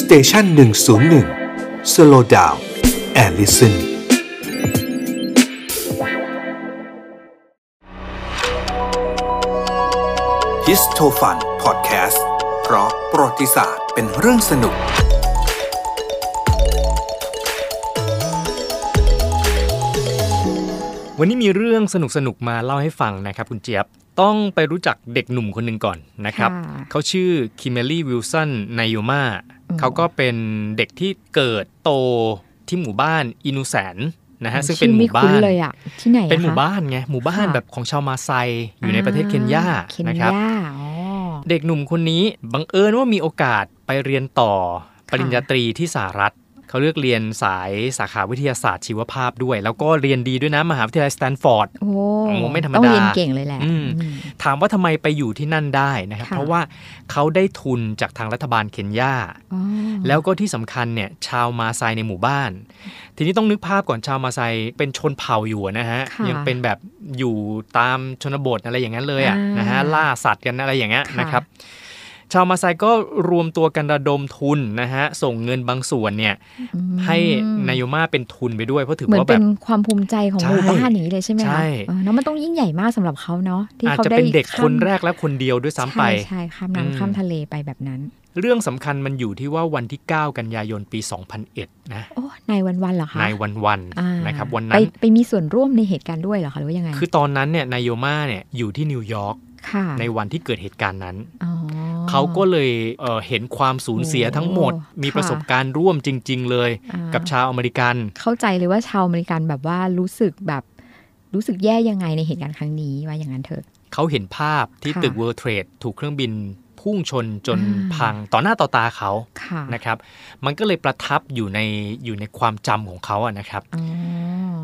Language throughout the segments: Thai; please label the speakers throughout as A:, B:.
A: สเตชันหนึ่งศูนย์หนึ่งสโลดาวแอลลิสัน ฮิสโทฟันพอดแคสต์เพราะประวัติศาสตร์เป็นเรื่องสนุก
B: วันนี้มีเรื่องสนุกๆ มาเล่าให้ฟังนะครับคุณเจี๊ยบ ต้องไปรู้จักเด็กหนุ่มคนหนึ่งก่อนนะครับ
C: ค่ะ
B: เขาชื่อคิมเมลี่วิลสันไนโยมาเขาก็เป็นเด็กที่เกิดโตที่หมู่บ้านอินูแสนนะฮะซึ่งเป็นหมู่บ้า
C: ชื่อไม่คุ้
B: น
C: นเลยอ่ะ ที่ไหนอะคะ
B: เป็นหมู่บ้านไงหมู่บ้าน
C: ค่ะ
B: แบบของชาวมาไซอยู่ในประเทศเคนยา
C: อ่เคน
B: นะค
C: ยา
B: รับ
C: อ๋อ
B: เด็กหนุ่มคนนี้บังเอิญว่ามีโอกาสไปเรียนต่อ ปริญญาตรีที่สหรัฐ เขาเลือกเรียนสายสาขาวิทยาศาสตร์ชีวภาพด้วย แล้วก็เรียนดีด้วยนะมหาวิทยาลัยสแตนฟอร์ด
C: โอ้
B: โอ้ไม่ธรรมดา
C: ต้องเรียนเก่งเลยแหละ
B: อืม
C: อืม
B: ถามว่าทำไมไปอยู่ที่นั่นได้นะครับ
C: ค่ะ
B: เพราะว่าเขาได้ทุนจากทางรัฐบาลเคนยา
C: อ๋อ
B: แล้วก็ที่สำคัญเนี่ยชาวมาไซในหมู่บ้าน ทีนี้ต้องนึกภาพก่อนชาวมาไซเป็นชนเผ่าอยู่อะนะฮะ
C: ค่ะ
B: ยัเป็นแบบอยู่ตามชนบทอะไรอย่างนั้นเลยอ่ะ
C: อ่าน
B: นะฮะล่าสัตว์กันอะไรอย่างเงี้ย
C: ค่ะ
B: นะครับ ชาวมาไซก็รวมตัวกันระดมทุนนะฮะส่งเงินบางส่วนเนี่ย
C: อืม
B: ให้นายโยมาเป็นทุนไปด้วยเพราะถือ
C: เหมือน
B: ว่าแบบ
C: เป็นความภูมิใจของ
B: ใช่
C: หมู่บ้านอย่างนี้เลยใช่ไหม
B: ใช่
C: คะเออแล้วมันต้องยิ่งใหญ่มากสำหรับเขาเนาะที่
B: อาจ
C: เขา
B: จะ
C: ได้
B: เป็นเด็ก
C: ข้าม
B: คนแรกและคนเดียวด้วยซ้ำไป
C: ใช่ใช่ข้าม
B: อืม
C: น้ำข้ามทะเลไปแบบนั้น
B: เรื่องสำคัญมันอยู่ที่ว่าวันที่ 9 กันยายนปี 2001 นะ
C: โอ้นายวันวันเหรอคะ
B: นายวันวัน
C: อ่า
B: นะครับวัน
C: ไป
B: นั้น
C: ไปมีส่วนร่วมในเหตุการณ์ด้วยเหรอคะหรือว่ายังไง
B: คือตอนนั้นเนี่ยนายโยมาเนี่ยอยู่ที่นิวยอร์ก
C: ค่ะ
B: ในวันที่เกิดเหตุการณ์นั้น
C: อ๋อ
B: เขาก็เลยเอ่อเห็นความสูญเสียทั้งหมด
C: โอ้
B: มี
C: ค่ะ
B: ประสบการณ์ร่วมจริง ๆ เลย
C: อ่ากั
B: กับชาวอเมริกัน
C: เข้าใจเลยว่าชาวอเมริกันแบบว่ารู้สึกแบบรู้สึกแย่ยังไงในเหตุการณ์ครั้งนี้ว่าอย่างนั้นเถอะ
B: เขาเห็นภาพที่
C: ค่ะ
B: ตึก World Trade ถูกเครื่องบินพุ่งชนจน
C: อ่า
B: พังต่อหน้าต่อตาเขา
C: ค่ะ
B: นะครับ มันก็เลยประทับอยู่ในอยู่ในความจำของเขาอะนะครับ
C: อ๋อ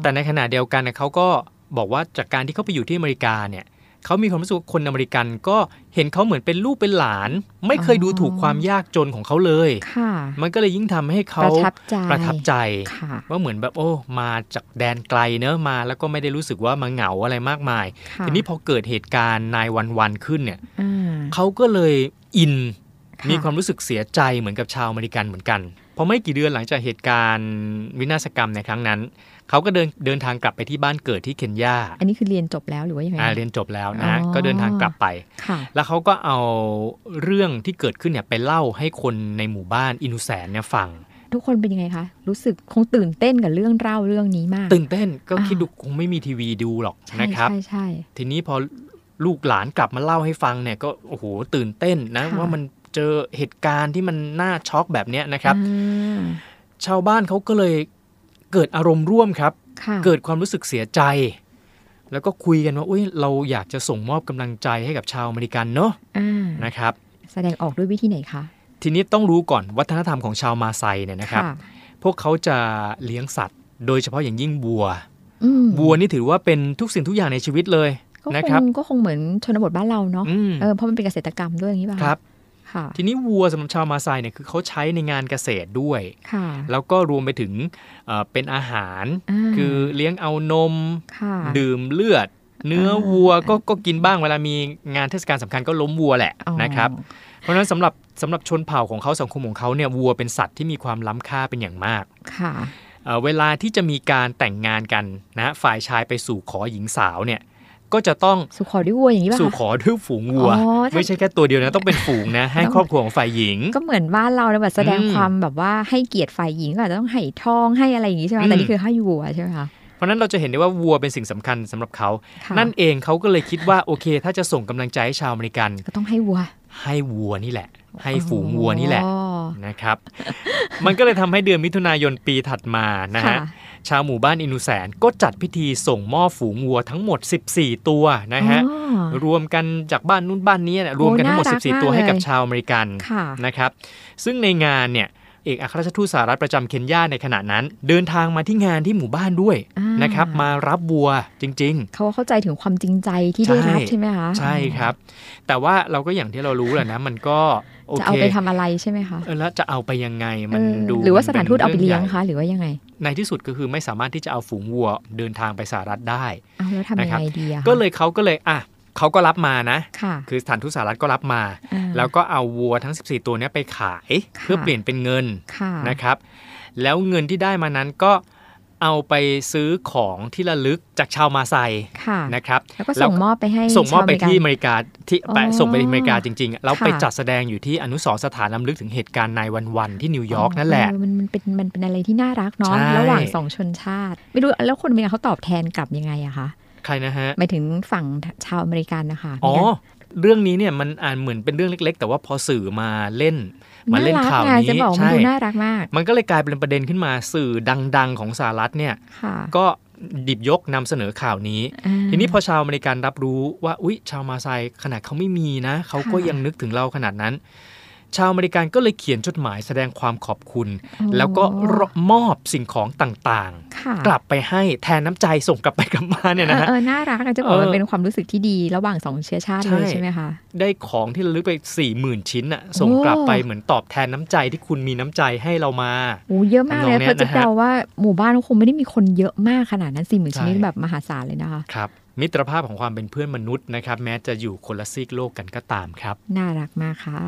B: แต่ในขณะเดียวกันเนี่ยเขาก็บอกว่าจากการที่เขาไปอยู่ที่อเมริกาเนี่ยเขามีความรู้สึกว่าคนอเมริกันก็เห็นเขาเหมือนเป็นลูกเป็นหลาน ไม่เคยดูถูกความยากจนของเขาเลย
C: ค่ะ
B: มันก็เลยยิ่งทำให้เขา
C: ประทับใจ
B: ประทับใจ
C: ค่ะ
B: ว่าเหมือนแบบโอ้มาจากแดนไกลเนอะมาแล้วก็ไม่ได้รู้สึกว่ามาเหงาอะไรมากมาย
C: ค่ะ
B: ทีนี้พอเกิดเหตุการณ์นายวันวันขึ้นเนี่ย
C: อ่า
B: เขาก็เลยอิน
C: ค่ะ
B: มีความรู้สึกเสียใจเหมือนกับชาวอเมริกันเหมือนกัน พอไม่กี่เดือนหลังจากเหตุการณ์วินาศกรรมในครั้งนั้น เขาก็เดินเดินทางกลับไปที่บ้านเกิดที่เคนยา
C: อันนี้คือเรียนจบแล้วหรือว่ายังไง
B: อ่าเรียนจบแล้วนะฮะ
C: อ๋อ
B: ก็เดินทางกลับไป
C: ค่ะ
B: แล้วเขาก็เอาเรื่องที่เกิดขึ้นเนี่ยไปเล่าให้คนในหมู่บ้านอินุแสนเนี่ยฟัง
C: ทุกคนเป็นยังไงคะรู้สึกคงตื่นเต้นกับเรื่องเล่าเรื่องนี้มาก
B: ตื่นเต้นก็
C: อ่า
B: คิดดูคงไม่มีทีวีดูหรอก
C: ใช่
B: นะครับ
C: ใช่ใช่
B: ทีนี้พอลูกหลานกลับมาเล่าให้ฟังเนี่ยก็โอ้โหตื่นเต้นนะ
C: ค่ะ
B: ว่ามันเจอเหตุการณ์ที่มันน่าช็อกแบบเนี้ยนะครับ
C: อ่า
B: ชาวบ้านเขาก็เลยเกิดอารมณ์ร่วมครับ
C: ค่ะ
B: เกิดความรู้สึกเสียใจ แล้วก็คุยกันว่าอุ้ยเราอยากจะส่งมอบกำลังใจให้กับชาวอเมริกันเนาะ
C: อ่า
B: นะครับ
C: แสดงออกด้วยวิธีไหนคะ
B: ทีนี้ต้องรู้ก่อนวัฒนธรรมของชาวมาไซเนี่ยนะครับ พวกเขาจะเลี้ยงสัตว์ โดยเฉพาะอย่างยิ่งบัว
C: อืม
B: บัวนี่ถือว่าเป็นทุกสิ่งทุกอย่างในชีวิตเลย
C: ก็
B: นะ
C: ค
B: ครับ
C: งก็คงเหมือนชนบทบ้านเราเนาะ
B: อืม
C: เออเพราะมันเป็นเกษตรกรรมด้วยอย่างนี้ป่ะะ
B: ครับ
C: ค่ะ
B: ทีนี้วัวสำหรับชาวมาไซเนี่ยคือเขาใช้ในงานเกษตรด้วย
C: ค่ะ
B: แล้วก็รวมไปถึงเอ่อเป็นอาหาร
C: า
B: คือเลี้ยงเอานม
C: ค่ะ
B: ดื่มเลือด เนื้ออา วัวก็ก็กินบ้างเวลามีงานเทศกาลสำคัญก็ล้มวัวแหละ
C: อ๋อ
B: นะครับ เพราะฉะนั้นสำหรับสำหรับชนเผ่าของเขาสังคมของเขาเนี่ยวัวเป็นสัตว์ที่มีความล้ำค่าเป็นอย่างมาก
C: ค่ะ
B: เอ่อเวลาที่จะมีการแต่งงานกันนะฝ่ายชายไปสู่ขอหญิงสาวเนี่ยก็จะต้อง
C: สุขอด้วยวัวอย่างนี้ป่ะ
B: สู่
C: คะ
B: ขอด้วยฝูงวัว
C: อ๋อถ้า
B: ไม่ใช่แค่ตัวเดียวนะต้องเป็นฝูง นะให้ครอบครัวของฝ่ายหญิง
C: ก็เหมือนบ้านเรานะแบบแสดง
B: อืม
C: ความแบบว่าให้เกียรติฝ่ายหญิงก็อาจจะต้องให้ทองให้อะไรอย่างนี้ใช่ไหม
B: อืม
C: แต่นี่คือให้วัวใช่ไหมคะ
B: เพราะฉะนั้นเราจะเห็นได้ว่าวัวเป็นสิ่งสำคัญสำหรับเขา
C: ค่ะ
B: นั่นเองเขาก็เลยคิดว่าโอเค ถ้าจะส่งกำลังใจให้ชาวอเมริกัน
C: ก็ต้องให้วัว
B: ให้วัวนี่แหละ ให้ฝูงวัวนี่แหละ
C: อ๋อ
B: นะครับ มันก็เลยทำให้เดือนมิถุนายนปีถัดมานะ
C: ค่
B: ฮะชาวหมู่บ้านอินูแสนก็จัดพิธีส่งมอบฝูงวัวทั้งหมด 14 ตัวนะฮะ
C: อ๋อ
B: รวมกันจากบ้านนู้นบ้านนี้เนี่ยรวมกันทั้งหมด
C: น่ารัก
B: 14 ตัว
C: มาก
B: ให้กับ
C: เลย
B: ชาวอเมริกัน
C: ค่ะ
B: นะครับ ซึ่งในงานเนี่ยเอกอัครราชทูตสหรัฐประจำเคนยาในขณะนั้น เดินทางมาที่งานที่หมู่บ้านด้วย
C: อ่า
B: นะครับ มารับวัวจริง ๆ
C: เขาเข้าใจถึงความจริงใจที่ได้รับ
B: ใช่
C: ใช่ไหมคะ
B: ใช่ครับ แต่ว่าเราก็อย่างที่เรารู้แหละนะ มันก็โอ
C: จะ
B: เค
C: เอาไปทำอะไรใช่ไหมคะ
B: เออแล้วจะเอาไปยังไงมัน
C: เออ
B: ดู
C: หรือว่าสถานทูตเอาไป
B: รื่
C: เลี้ยง
B: ใหญ่
C: คะหรือว่ายังไง
B: ในที่สุดก็คือไม่สามารถที่จะเอาฝูงวัวเดินทางไปสหรัฐได้
C: เอาแล้วทำ
B: นะ
C: ยั
B: ครับ
C: งไงดีอะคะ
B: ก็เลยเขาก็เลยอ่ะ เขาก็รับมานะ
C: ค่ะ
B: คือสถานทูตสหรัฐก็รับมา
C: อ่า
B: แล้วก็เอาวัวทั้ง 14 ตัวเนี้ยไปขาย
C: ค่ะ
B: เพื่อเปลี่ยนเป็นเงิน
C: ค่ะ
B: นะครับ แล้วเงินที่ได้มานั้นก็เอาไปซื้อของที่ระลึกจากชาวมาไซ
C: ค่ะ
B: นะครับ
C: แล้วก็ส่งมอบไปให้
B: ส่งมอบไป
C: ชาว
B: ที่อ
C: เริกัน
B: เมริกาที่
C: อ๋อ
B: ไปส่งไปที่อเมริกาจริงๆ แล้ว
C: ค่ะ
B: ไปจัดแสดงอยู่ที่อนุสรณ์สถานลำลึกถึงเหตุการณ์นายวันวันที่นิวยอร์กนั่นแหละ
C: เออมันมันเป็นมันเป็นอะไรที่น่ารักเนาะ
B: ใช่
C: ระหว่างสองชนชาติ ไม่รู้แล้วคนอเมริกันเขาตอบแทนกลับยังไงอะคะ
B: ใครนะฮะ
C: หมายถึงฝั่งชาวอเมริกันนะคะ
B: อ๋อ
C: มีการ
B: เรื่องนี้เนี่ยมันอ่านเหมือนเป็นเรื่องเล็ก ๆ แต่ว่าพอสื่อมาเล่น มาเล่นข่าว
C: ไง
B: นี้
C: จะบอกมัน
B: ใช่
C: ดูน่ารักมาก
B: มันก็เลยกลายเป็นประเด็นขึ้นมาสื่อดังๆ ของสหรัฐเนี่ย
C: ค่ะ
B: ก็ดิบยกนำเสนอข่าวนี้
C: อ่า
B: ทีนี้พอชาวอเมริกันรับรู้ว่าอุ๊ย ชาวมาไซขนาดเขาไม่มีนะ เขาก็
C: ค่ะ
B: ยังนึกถึงเราขนาดนั้น ชาวอเมริกันก็เลยเขียนจดหมายแสดงความขอบคุณ แล้วก็รมอบสิ่งของต่าง
C: ค่ะ
B: ๆ กลับไปให้แทนน้ำใจส่งกลับไปกลับมาเนี่ยนะ
C: เออ
B: ฮะ
C: เออน่ารักอะจะบอกว่า
B: เออ
C: เป็นความรู้สึกที่ดีระหว่างสองเชื้อชาติ
B: ใช่
C: เลยใช่ไหมคะ
B: ได้ของที่ระลึกไป4ี่หมื่นชิ้นน่ะส่ง
C: โอ้
B: กลับไปเหมือนตอบแทนน้ำใจที่คุณมีน้ำใจให้เรามา
C: โอ้เยอะมากเล
B: ทำน
C: ย
B: องเนี้ย
C: เขาจะ
B: นะฮะ
C: เดาว่าหมู่บ้านคงไม่ได้มีคนเยอะมากขนาดนั้นสี่หมื่น
B: ใช่
C: ชนิดแบบมหาศาลเลยนะคะ
B: ครับ มิตรภาพของความเป็นเพื่อนมนุษย์นะครับ แม้จะอยู่คนละซีกโลกกันก็ตามครับ
C: น่ารักมากค่ะ